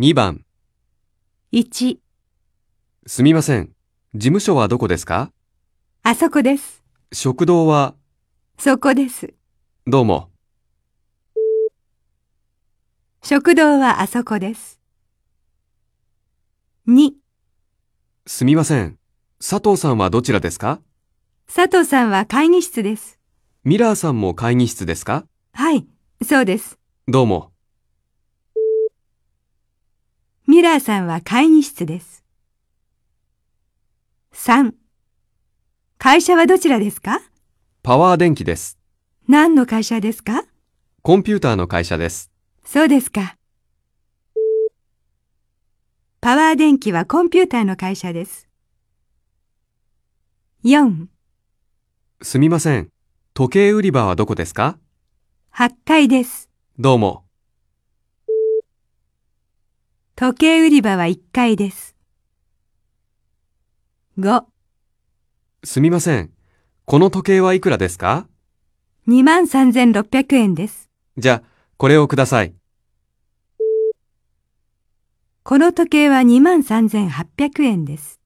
2番、 1、すみません。事務所はどこですかあそこです。食堂は、そこです。どうも。食堂はあそこです。2、すみません。佐藤さんはどちらですか佐藤さんは会議室です。ミラーさんも会議室ですかはい、そうです。どうも。ミラーさんは会議室です。3、会社はどちらですかパワー電気です。何の会社ですかコンピューターの会社です。そうですか。パワー電気はコンピューターの会社です。4、すみません。時計売り場はどこですか8階です。どうも。時計売り場は1階です。5、すみません。この時計はいくらですか23,600円です。じゃあ、これをください。この時計は23,800円です。